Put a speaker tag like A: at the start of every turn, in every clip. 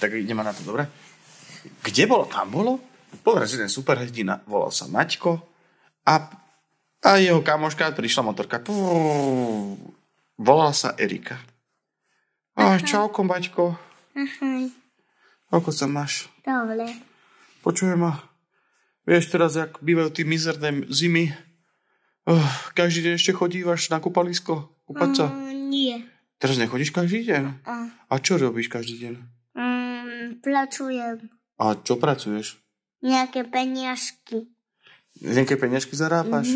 A: tak ideme na to, dobre? Kde bolo, tam bolo? Bol raz jeden superhrdina, volal sa Maťko a, a jeho kamoška prišla motorka. Pú, volala sa Erika. A čauko, Maťko.
B: Ahoj,
A: Ako sa máš?
B: dobre.
A: Počujem ma. Vieš teraz, jak bývajú tí mizerné zimy? Uh, každý deň ešte chodívaš na kúpalisko? Kúpať sa?
B: Mm, nie.
A: Teraz nechodíš každý deň?
B: A,
A: A čo robíš každý deň?
B: mm, plačujem
A: A čo pracuješ?
B: nejaké peniažky.
A: Nejaké peniažky zarábaš?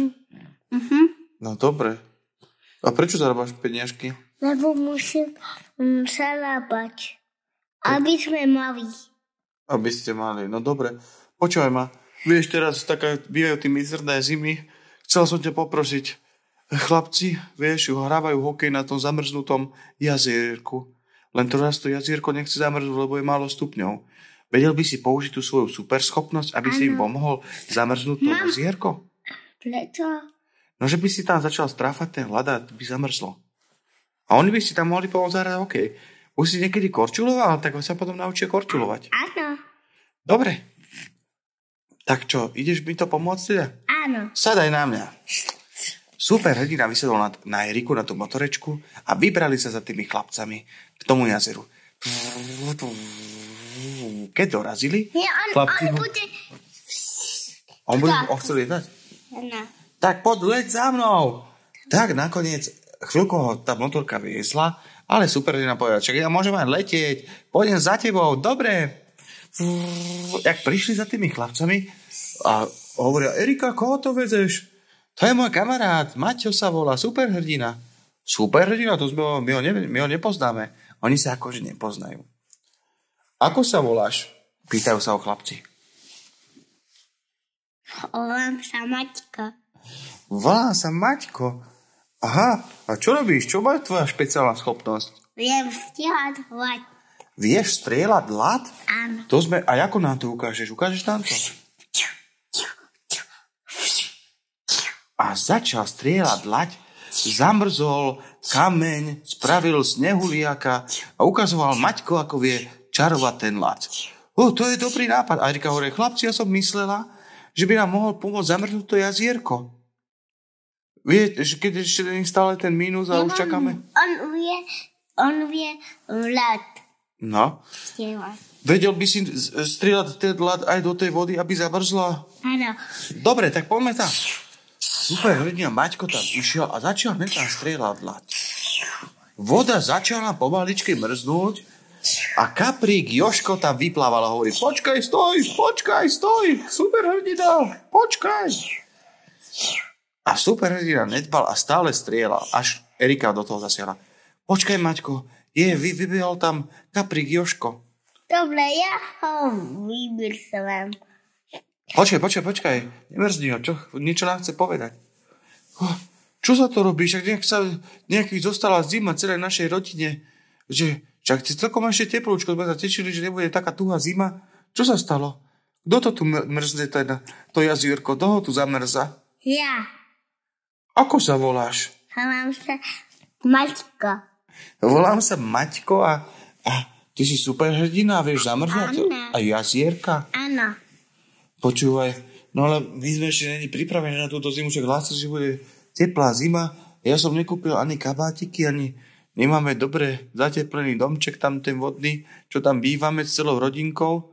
B: Mhm.
A: No dobre. A prečo zarábaš peniažky?
B: Lebo musím mm, zarábať. Aby sme mali.
A: Aby ste mali. No dobre. Počúvaj ma. Vieš, teraz taká bývajú tie mizerné zimy. Chcel som ťa poprosiť. Chlapci, vieš, hrávajú hokej na tom zamrznutom jazierku. Len teraz to jazierko nechce zamrznúť, lebo je málo stupňov. Vedel by si použiť tú svoju superschopnosť, aby si im pomohol zamrznúť to jazierko?
B: Preto?
A: No, že by si tam začal stráfať ten hľadať, by zamrzlo. A oni by si tam mohli pomôcť zahrať hokej. Už si niekedy korčuloval, tak sa potom naučia korčulovať.
B: Áno,
A: Dobre. Tak čo, ideš mi to pomôcť teda?
B: áno.
A: Sadaj na mňa. Super hrdina vysedol na, na Eriku, na tú motorečku a vybrali sa za tými chlapcami k tomu jazeru. Keď dorazili,
B: Nie, on,
A: Chlapci,
B: on
A: no.
B: bude...
A: on bude on chcel lietať.
B: Áno.
A: tak poď leď za mnou. Tak nakoniec chvíľku ho tá motorka viezla, ale super na povedal, čak ja môžem aj letieť, pôjdem za tebou, dobre. Fú, Jak prišli za tými chlapcami a hovoria, Erika, koho to vezeš? To je môj kamarát, Maťo sa volá, superhrdina. Superhrdina, to sme, ho- my, ho ne, my ho nepoznáme. Oni sa akože nepoznajú. Ako sa voláš? Pýtajú sa ho chlapci.
B: Volám sa Maťka.
A: Volám sa Maťko. Aha, a čo robíš? Čo má tvoja špeciálna schopnosť?
B: Viem stíhať hlať.
A: Vieš strieľať lat?
B: Áno.
A: To sme... A ako nám to ukážeš? Ukážeš nám to? A začal strieľať lať, zamrzol kameň, spravil snehuliaka a ukazoval Maťko, ako vie čarovať ten lať. O, to je dobrý nápad. A Erika hovorí, chlapci, ja som myslela, že by nám mohol pomôcť zamrznúť to jazierko. Viete, že keď ešte není stále ten mínus a už čakáme.
B: On vie, on vie hlad.
A: No.
B: Stíhať.
A: Vedel by si z- strieľať ten ľad aj do tej vody, aby zamrzla?
B: Áno.
A: Dobre, tak poďme tam. Super hrdina Maťko tam išiel a začal hneď tam strieľať ľad. Voda začala pomaličky mrznúť a kaprík Joško tam vyplával a hovorí Počkaj, stoj, počkaj, stoj, super hrdina, počkaj. A super hrdina nedbal a stále strieľal, až Erika do toho zasiala. Počkaj, Maťko, je, vy, vybehol tam kaprík Joško.
B: Dobre, ja ho vymyslem.
A: Počkaj, počkaj, počkaj. Nemrzni ho, čo, niečo nám chce povedať. Oh, Čo sa to robí? Však nejak sa nejaký zostala zima celej našej rodine. Že, čak si celkom ešte teplúčko, sme sa tešili, že nebude taká tuhá zima. Čo sa stalo? Kto to tu mr- mrzne, teda, to jazierko? Kto ho tu zamrza?
B: Ja.
A: Ako sa voláš?
B: Volám sa Maťka.
A: Volám sa Maťko a, a ty si superhrdina, vieš zamrzať?
B: Áno.
A: A jazierka?
B: Áno.
A: Počúvaj, no ale my sme ešte není pripravení na túto zimu, však hlása, že bude teplá zima. Ja som nekúpil ani kabátiky, ani nemáme dobre zateplený domček tam ten vodný, čo tam bývame s celou rodinkou.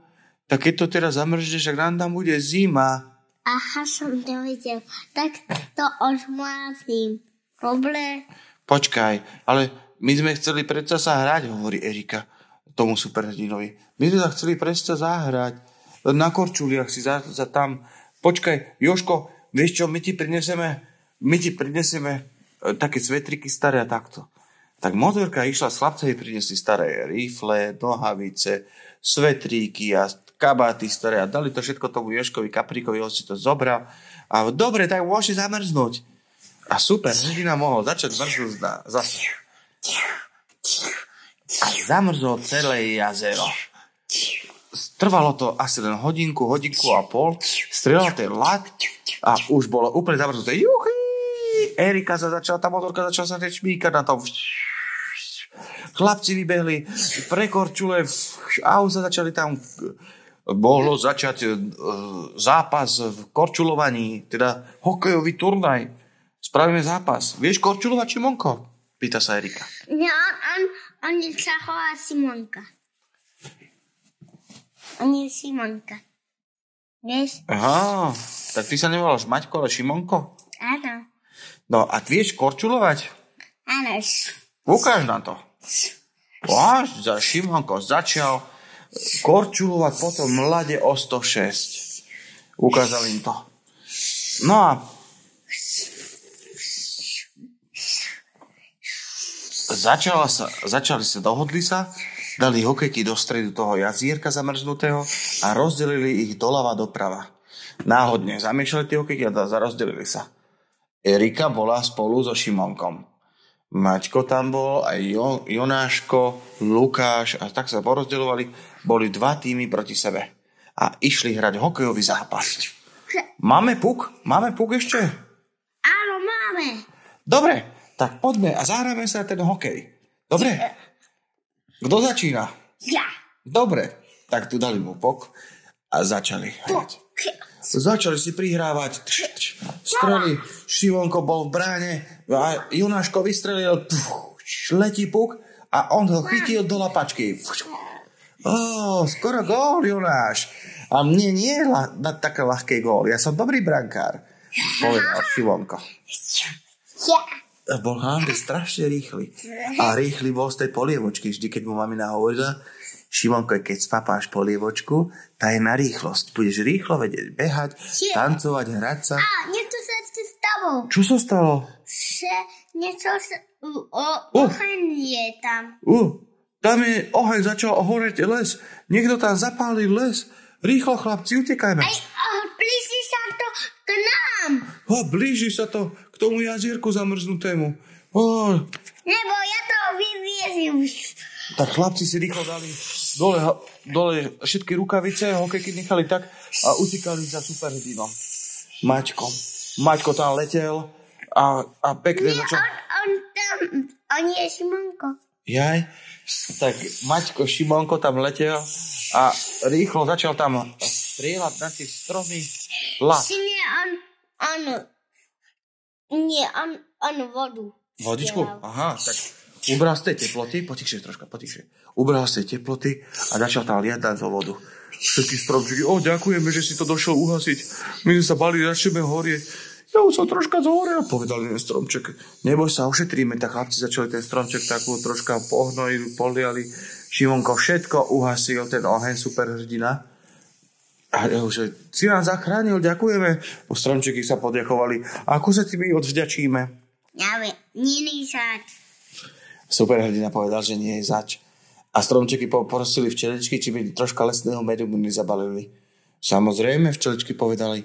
A: Tak keď to teraz zamrzne, však nám tam bude zima.
B: Aha, som to videl. Tak to odmázim. Dobre.
A: Počkaj, ale my sme chceli predsa sa hrať, hovorí Erika tomu superhrdinovi. My sme sa chceli predsa zahrať. Na korčuliach si za, za tam. Počkaj, Joško, vieš čo, my ti prineseme, my ti prineseme e, také svetriky staré a takto. Tak motorka išla s chlapcami, priniesli staré rifle, nohavice, svetríky a kabáty staré a dali to všetko tomu Joškovi Kapríkovi, on si to zobral a dobre, tak môže zamrznúť. A super, hrdina mohol začať mrznúť na, zase. A zamrzlo celé jazero. Trvalo to asi len hodinku, hodinku a pol. Strelal ten lak a už bolo úplne zamrznuté. Juchy! Erika sa začala, tá motorka začala sa nečmíkať na tom. Chlapci vybehli, prekorčule, a už sa začali tam... Mohlo začať e, zápas v korčulovaní, teda hokejový turnaj. Spravíme zápas. Vieš korčulovať, Šimonko? Pýta sa Erika.
B: Ne, on, on, on je Čachová Simonka. On je Simonka. Vieš?
A: Aha, tak ty sa nevoláš Maťko, ale Šimonko?
B: Áno.
A: No a ty vieš korčulovať?
B: Áno. š-
A: Ukáž nám to. Až za Šimonko začal korčulovať potom mlade o 106. Ukázal im to. No a začala sa, začali sa, dohodli sa, dali hokejky do stredu toho jazierka zamrznutého a rozdelili ich doľava doprava. Náhodne zamiešali tie hokejky a da- rozdelili sa. Erika bola spolu so Šimonkom. Maťko tam bol, aj jo, Jonáško, Lukáš a tak sa porozdeľovali. Boli dva týmy proti sebe a išli hrať hokejový zápas. Máme puk? Máme puk ešte?
B: Áno, máme.
A: Dobre, tak poďme a zahráme sa ten hokej. Dobre? Kto začína?
B: Ja.
A: Dobre, tak tu dali mu pok a začali hrať. Začali si prihrávať. Tš, tš, Strely. Šimonko bol v bráne a Junáško vystrelil. Tš, letí puk a on ho chytil do lapačky. Ó, skoro gól, Junáš. A mne nie je la- na také ľahký gól. Ja som dobrý brankár, povedal Šimonko.
B: Ja.
A: A Bol Hande strašne rýchly. A rýchly bol z tej polievočky. Vždy, keď mu mamina hovorila, Šimonko, keď spapáš polievočku, tá je na rýchlosť. Budeš rýchlo vedieť behať,
B: Či-
A: tancovať, hrať sa.
B: A niečo sa ešte stalo.
A: Čo sa stalo?
B: Že niečo sa... O, o,
A: U.
B: oheň je tam.
A: U, tam je oheň, začal horeť les. Niekto tam zapálil les. Rýchlo, chlapci, utekajme.
B: Aj, o, blíži sa to k nám.
A: Ho, blíži sa to k tomu jazierku zamrznutému. Ó,
B: Lebo ja to vyviezím.
A: tak chlapci si rýchlo dali dole, dole všetky rukavice, hokejky nechali tak a utekali za superhrdinom. Maťkom. Maťko tam letel a, a pekne
B: Nie,
A: začal...
B: on, on tam... On je Šimonko.
A: Jaj. Tak Maťko Šimonko tam letel a rýchlo začal tam strieľať na tie stromy las.
B: Či nie, on... On... Nie, on, on vodu.
A: Vodičku?
B: strieľal.
A: Aha, tak ubral z tej teploty, potichšie troška, potichšie. Ubral z tej teploty a začal tam liadať do vodu. Všetky stromčeky, o, ďakujeme, že si to došiel uhasiť. My sme sa bali, začneme horieť. Ja už som troška zhorel, povedal jeden stromček. Neboj sa, ošetríme. Tak chlapci začali ten stromček takú troška pohnojili, poliali. Šimonko všetko uhasil, ten oheň superhrdina. A ja už, že si nás zachránil, ďakujeme. Po stromčeky sa poďakovali. A ako sa ti my odvďačíme?
B: Ja viem, iný žád.
A: Superhrdina povedal, že nie je zač. A stromčeky poprosili včeličky, či by troška lesného medu mu nezabalili. Samozrejme, včeličky povedali,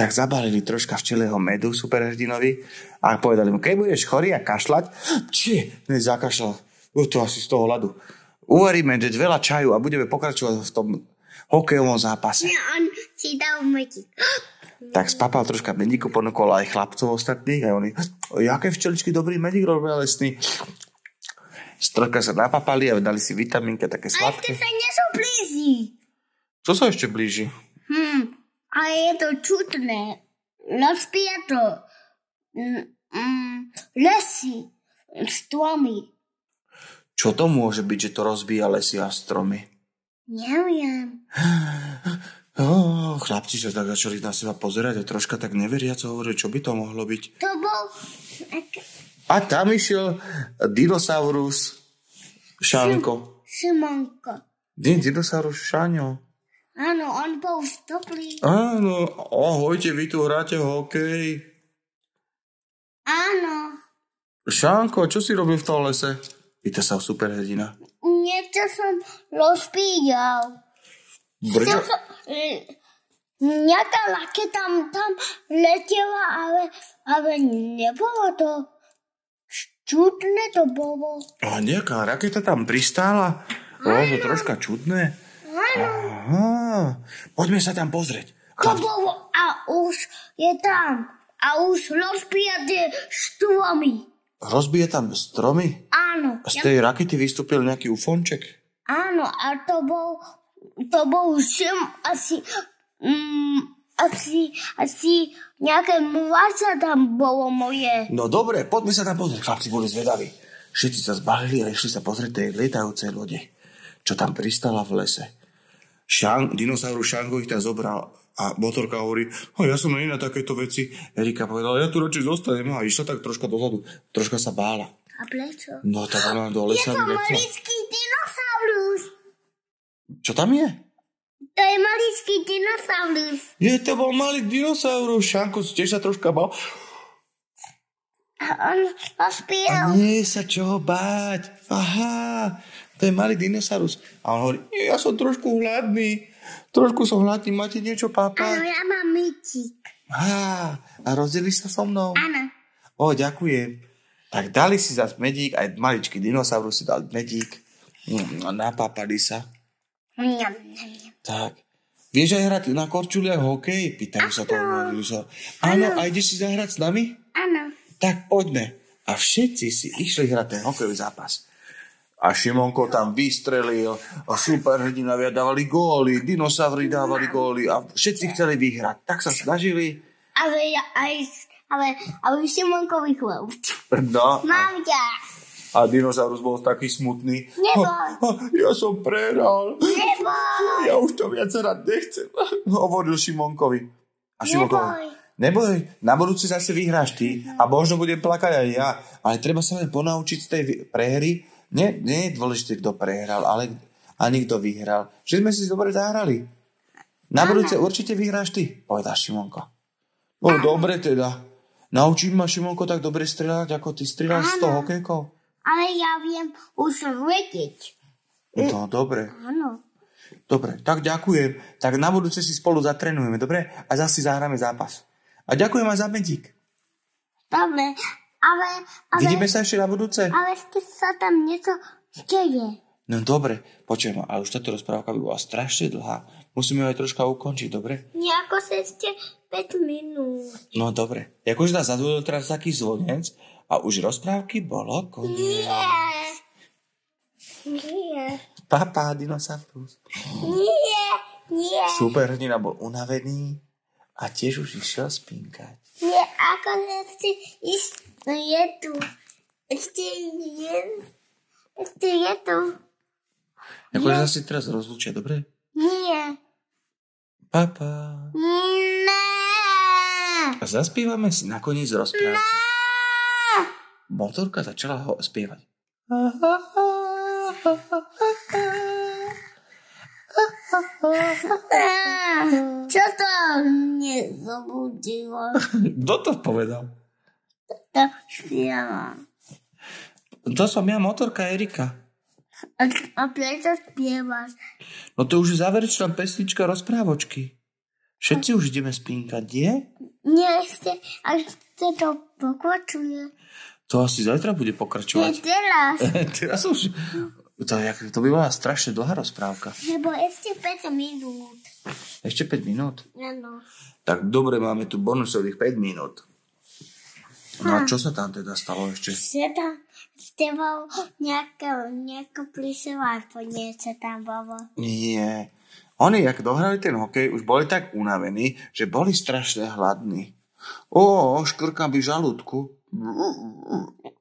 A: tak zabalili troška včelého medu superhrdinovi a povedali mu, keď budeš chorý a kašľať, či ne zakašľal, U, to asi z toho hladu. Uvaríme dať veľa čaju a budeme pokračovať v tom hokejovom zápase.
B: Nie, on si dal mytík.
A: Tak spapal troška medíku, ponúkol aj chlapcov ostatných a oni, "Hm, jaké včeličky dobrý medík robia lesný. Strojka sa napapali a dali si vitaminka, také
B: A ešte
A: sladké.
B: sa niečo blíži.
A: Čo sa ešte blíži?
B: Hm, ale je to čudné. Losky je to mm, mm, lesy, stromy.
A: Čo to môže byť, že to rozbíja lesy a stromy?
B: Neviem.
A: Oh, chlapci sa tak začali na seba pozerať a troška tak neveriaco hovorili, čo by to mohlo byť.
B: To bol... ak-
A: A tam išiel dinosaurus Šánko.
B: Šimonko.
A: Nie, dinosaurus Šáňo.
B: Áno, on bol stoplý.
A: Áno, ahojte, vy tu hráte hokej.
B: Áno,
A: Šánko, čo si robil v tom lese? Pýta sa superhrdina.
B: niečo som rozpíjal.
A: Brďo,
B: To som, mm, nejaká lake tam, tam letela, ale, ale nebolo to. Čudné to bolo.
A: a nejaká raketa tam pristála? O, to troška čudné.
B: Áno,
A: Aha, poďme sa tam pozrieť.
B: to
A: Chlapci,
B: bolo a už je tam. A už rozpíjate štvami.
A: Rozbije tam stromy?
B: Áno,
A: A z
B: ja,
A: tej rakety vystúpil nejaký ufonček?
B: Áno, a to bol, to bol šim asi, mm, asi, asi nejaké mláča tam bolo moje.
A: No dobre, poďme sa tam pozrieť. Chlapci boli zvedaví. Všetci sa zbalili a išli sa pozrieť tej lietajúcej lode, čo tam pristala v lese. Šang, dinosaurus Šango ich tam zobral a motorka hovorí, a ja som nie na takéto veci. Erika povedala, ja tu radšej zostanem a išla tak troška dozadu. Troška sa bála.
B: A prečo?
A: No tak ona do
B: Je
A: lesa
B: to
A: vyletela.
B: malický dinosaurus.
A: Čo tam je?
B: To je malický dinosaurus.
A: Je to bol malý dinosaurus. Šanko tiež sa troška bál.
B: A on ho
A: A
B: spíral.
A: nie sa čoho báť. Aha, to je malý dinosaurus. A on hovorí, "Nie, ja som trošku hladný. Trošku som hladný, máte niečo,
B: Áno,
A: pápa?
B: ja mám myčík.
A: Á, a rozdeli sa so mnou.
B: Áno.
A: O, ďakujem. Tak dali si zase medík, aj maličký dinosaurus si dal medík. Mm, a Napápali sa.
B: Mňam, mňam, mňam.
A: Tak. Vieš aj hrať na korčuliach hokej? Pýtajú sa toho malého dinosaura. Áno, a ideš si zahrať s nami?
B: Áno.
A: tak poďme. A všetci si išli hrať ten hokejový zápas. A Šimonko tam vystrelil, a superhrdinovia dávali góly, dinosaury dávali góly a všetci chceli vyhrať. Tak sa snažili.
B: Ale ja aj... Ale, ale Šimonkovi chlap.
A: No,
B: Mám ťa.
A: a dinosaurus bol taký smutný.
B: Nebol.
A: "Ha, ha, Ja som prehral.
B: Nebo.
A: Ja už to viac hrať nechcem. Hovoril Šimonkovi. A Šimonkovi. Neboj, na budúci zase vyhráš ty a možno budem plakať aj ja. Ale treba sa len ponaučiť z tej vy- prehry. Nie, nie je dôležité, kto prehral, ale ani kto vyhral. Že sme si dobre zahrali. Na budúce určite vyhráš ty, povedal Šimonko. No dobre teda. Naučím ma Šimonko tak dobre strieľať, ako ty strieľaš z toho hokejkou.
B: Ale ja viem už vedieť.
A: No dobre.
B: Áno.
A: Dobre, tak ďakujem. Tak na budúce si spolu zatrenujeme, dobre? A zase si zahráme zápas. A ďakujem aj za medík.
B: Dobre. Ale, ale,
A: Vidíme sa ešte na budúce?
B: ale ešte sa tam niečo deje.
A: No dobre, počujem, ale už táto rozprávka by bola strašne dlhá. Musíme ju aj troška ukončiť, dobre?
B: Nejako sa ešte 5 minút.
A: No dobre. Jakože nás zadvojil teraz taký zvonec a už rozprávky bolo koniec.
B: Nie. Nie.
A: Papa, dinosaurus.
B: Nie. Nie.
A: Superhrdina bol unavený a tiež už išiel spinkať.
B: Nie, ako ešte ísť je tu. Ešte je, ešte je tu.
A: Jakože sa si teraz rozlúčia, dobre?
B: Nie.
A: Papa.
B: Nie.
A: A zaspievame si nakoniec rozprávku. Motorka začala ho spievať.
B: Á, Čo to mne zobudilo?
A: Kto to povedal?
B: To spieva.
A: To som ja, motorka Erika.
B: A, a prečo spievaš?
A: No to už je záverečná pesnička rozprávočky. Všetci už ideme spinkať, nie?
B: Nie, ešte, a ešte to pokračuje.
A: To asi zajtra bude
B: Nie
A: pokračovať.
B: teraz,
A: Teraz už... To, je jak- to by bola strašne dlhá rozprávka.
B: lebo ešte 5 minút.
A: Ešte 5 minút.
B: Áno.
A: Tak dobre, máme tu bonusových 5 minút. No a čo sa tam teda stalo ešte?
B: Seda, s tebou nejaké, nejaké plisovárstvo niečo tam bolo.
A: Nie. Oni, jak dohrali ten hokej, už boli tak unavení, že boli strašne hladní. Ó, škrka by žalúdku.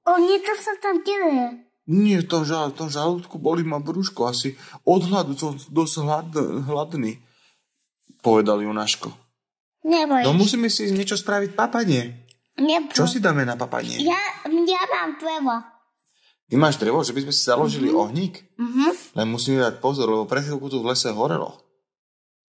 B: O, niečo sa tam deje.
A: Nie, v tom, žal, v tom žalúdku boli ma brúško asi. Od hladu som dosť hlad, hladný, povedal Junáško.
B: Neboj.
A: No musíme si niečo spraviť papanie.
B: Neboj.
A: Čo si dáme na papanie?
B: No. Ja, ja mám drevo.
A: Ty máš drevo, že by sme si založili ohník?
B: Mhm.
A: Len musíme dať pozor, lebo pre chvíľku tu v lese horelo.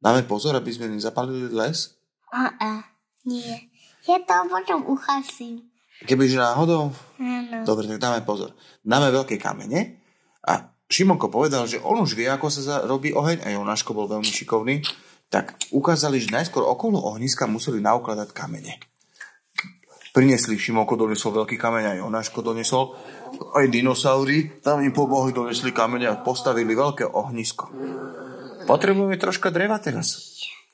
A: Dáme pozor, aby sme nezapalili les?
B: A, a, nie. Ja to potom uhasím.
A: Kebyže náhodou
B: Áno.
A: Dobre, tak dáme pozor. Dáme veľké kamene a Šimonko povedal, že on už vie, ako sa za- robí oheň a Jonáško bol veľmi šikovný, tak ukázali, že najskôr okolo ohniska museli naukladať kamene. Prinesli, Šimonko donesol veľký kameň a Jonáško donesol aj dinosaury, tam im pomohli, donesli kamene a postavili veľké ohnisko. Potrebujeme troška dreva teraz.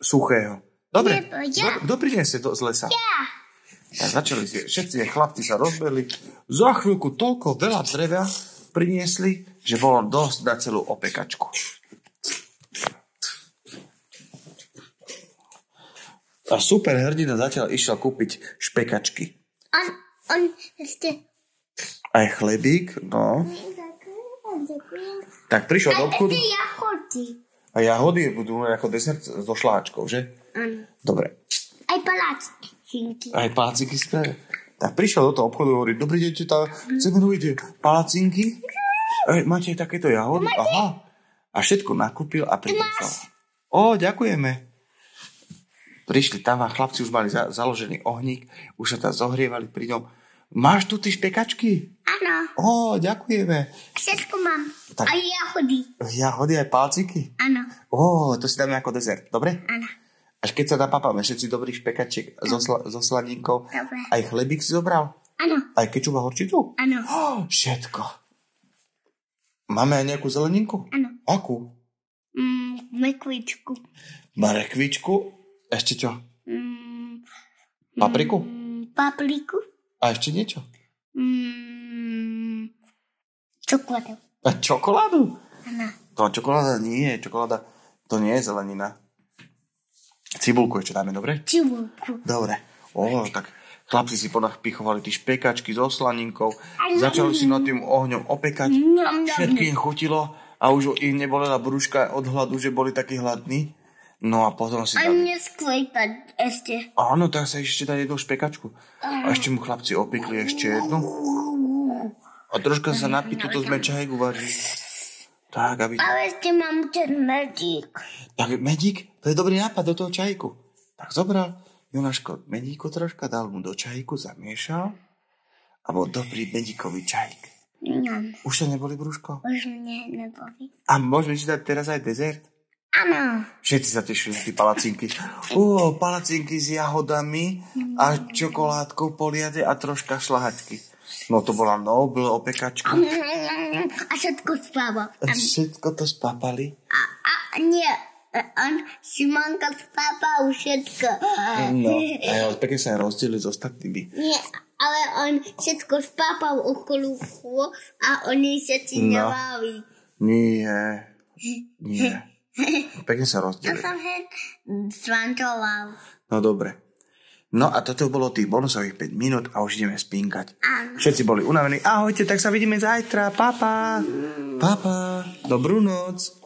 A: Suchého. Dobre,
B: Nebo ja.
A: kto priniesie do, z lesa? A začali si, všetci tie chlapci sa rozbehli. Za chvíľku toľko veľa dreva, priniesli, že bolo dosť na celú opekačku. A super hrdina zatiaľ išiel kúpiť špekačky.
B: On, on ešte...
A: Aj chlebík, no. Tak prišiel do
B: A ešte
A: obchodu
B: jahody.
A: a jahody budú ako desert so šláčkou, že?
B: Áno.
A: Dobre.
B: Aj palacinky.
A: Aj palacinky spravil. Tak prišiel do toho obchodu a hovorí, dobrý deň, tá, chceme robiť palacinky? Ej, máte aj takéto jahody? Aha. A všetko nakúpil a priniesol. Ó, ďakujeme. Prišli tam a chlapci už mali za, založený ohník, už sa tam zohrievali pri ňom. Máš tu ty špekačky?
B: Áno.
A: Ó, ďakujeme.
B: Všetko mám.
A: Tak.
B: Aj jahody.
A: Jahody aj palacinky?
B: Áno.
A: Ó, to si dáme ako dezert, dobre?
B: Áno.
A: Až keď sa napapáme všetci dobrý špekačiek so, sla, so slaninkou.
B: Dobre.
A: Aj chlebík si zobral?
B: Áno.
A: Aj kečup a horčicu?
B: Áno.
A: Ó, Oh, všetko. Máme aj nejakú zeleninku?
B: Áno.
A: Akú?
B: Mm, mekvičku.
A: Marekvičku? Ešte čo?
B: Mm,
A: Papriku?
B: mm, papriku.
A: A ešte niečo?
B: Mm, čokoládu.
A: A čokoládu?
B: Áno.
A: To čokoláda nie je, čokoláda to nie je zelenina. Cibulku ešte dáme, dobre?
B: Čivulku.
A: Dobre. O, tak chlapci si ponapichovali tí špekačky so slaninkou,
B: Ale-
A: začali si nad tým ohňom opekať,
B: Mňam, mňam, mňam.
A: všetkým chutilo a už ich nebolela brúška od hladu, že boli takí hladní. No a potom si
B: A
A: dali...
B: mne skvejpa ešte.
A: Áno, tak sa ešte dá jednu špekačku. A ešte mu chlapci opikli ešte jednu. A troška sa napí, tuto sme čaj uvarili. Tak, aby...
B: Ale ešte mám ten medík.
A: Tak medík, to je dobrý nápad do toho čajku. Tak zobral Jonáško medíku troška, dal mu do čajku, zamiešal a bol dobrý medíkový čajk.
B: Mňam.
A: Už to neboli brúško?
B: Už mne nebaví.
A: A môžeme si dať teraz aj dezert?
B: Áno.
A: Všetci sa tešili na tie palacinky. Ó, palacinky s jahodami a čokoládkou poliade a troška šlahačky. No to bola Nobel opekačka.
B: A všetko spáva.
A: A Všetko to spapali.
B: A, a nie, on Šimonka spáva všetko.
A: No, a ja pekne sa aj rozdelili s ostatnými.
B: Nie, ale on všetko spápal okolo chô a oni všetci
A: No.
B: nebaví.
A: Nie. Nie. Pekne sa rozdelili.
B: Ja som hneď zvantoval.
A: No dobre. No a toto bolo tých bonusových 5 minút a už ideme spinkať.
B: Áno.
A: Všetci boli unavení. Ahojte, tak sa vidíme zajtra. Papa. Papa. Dobrú noc.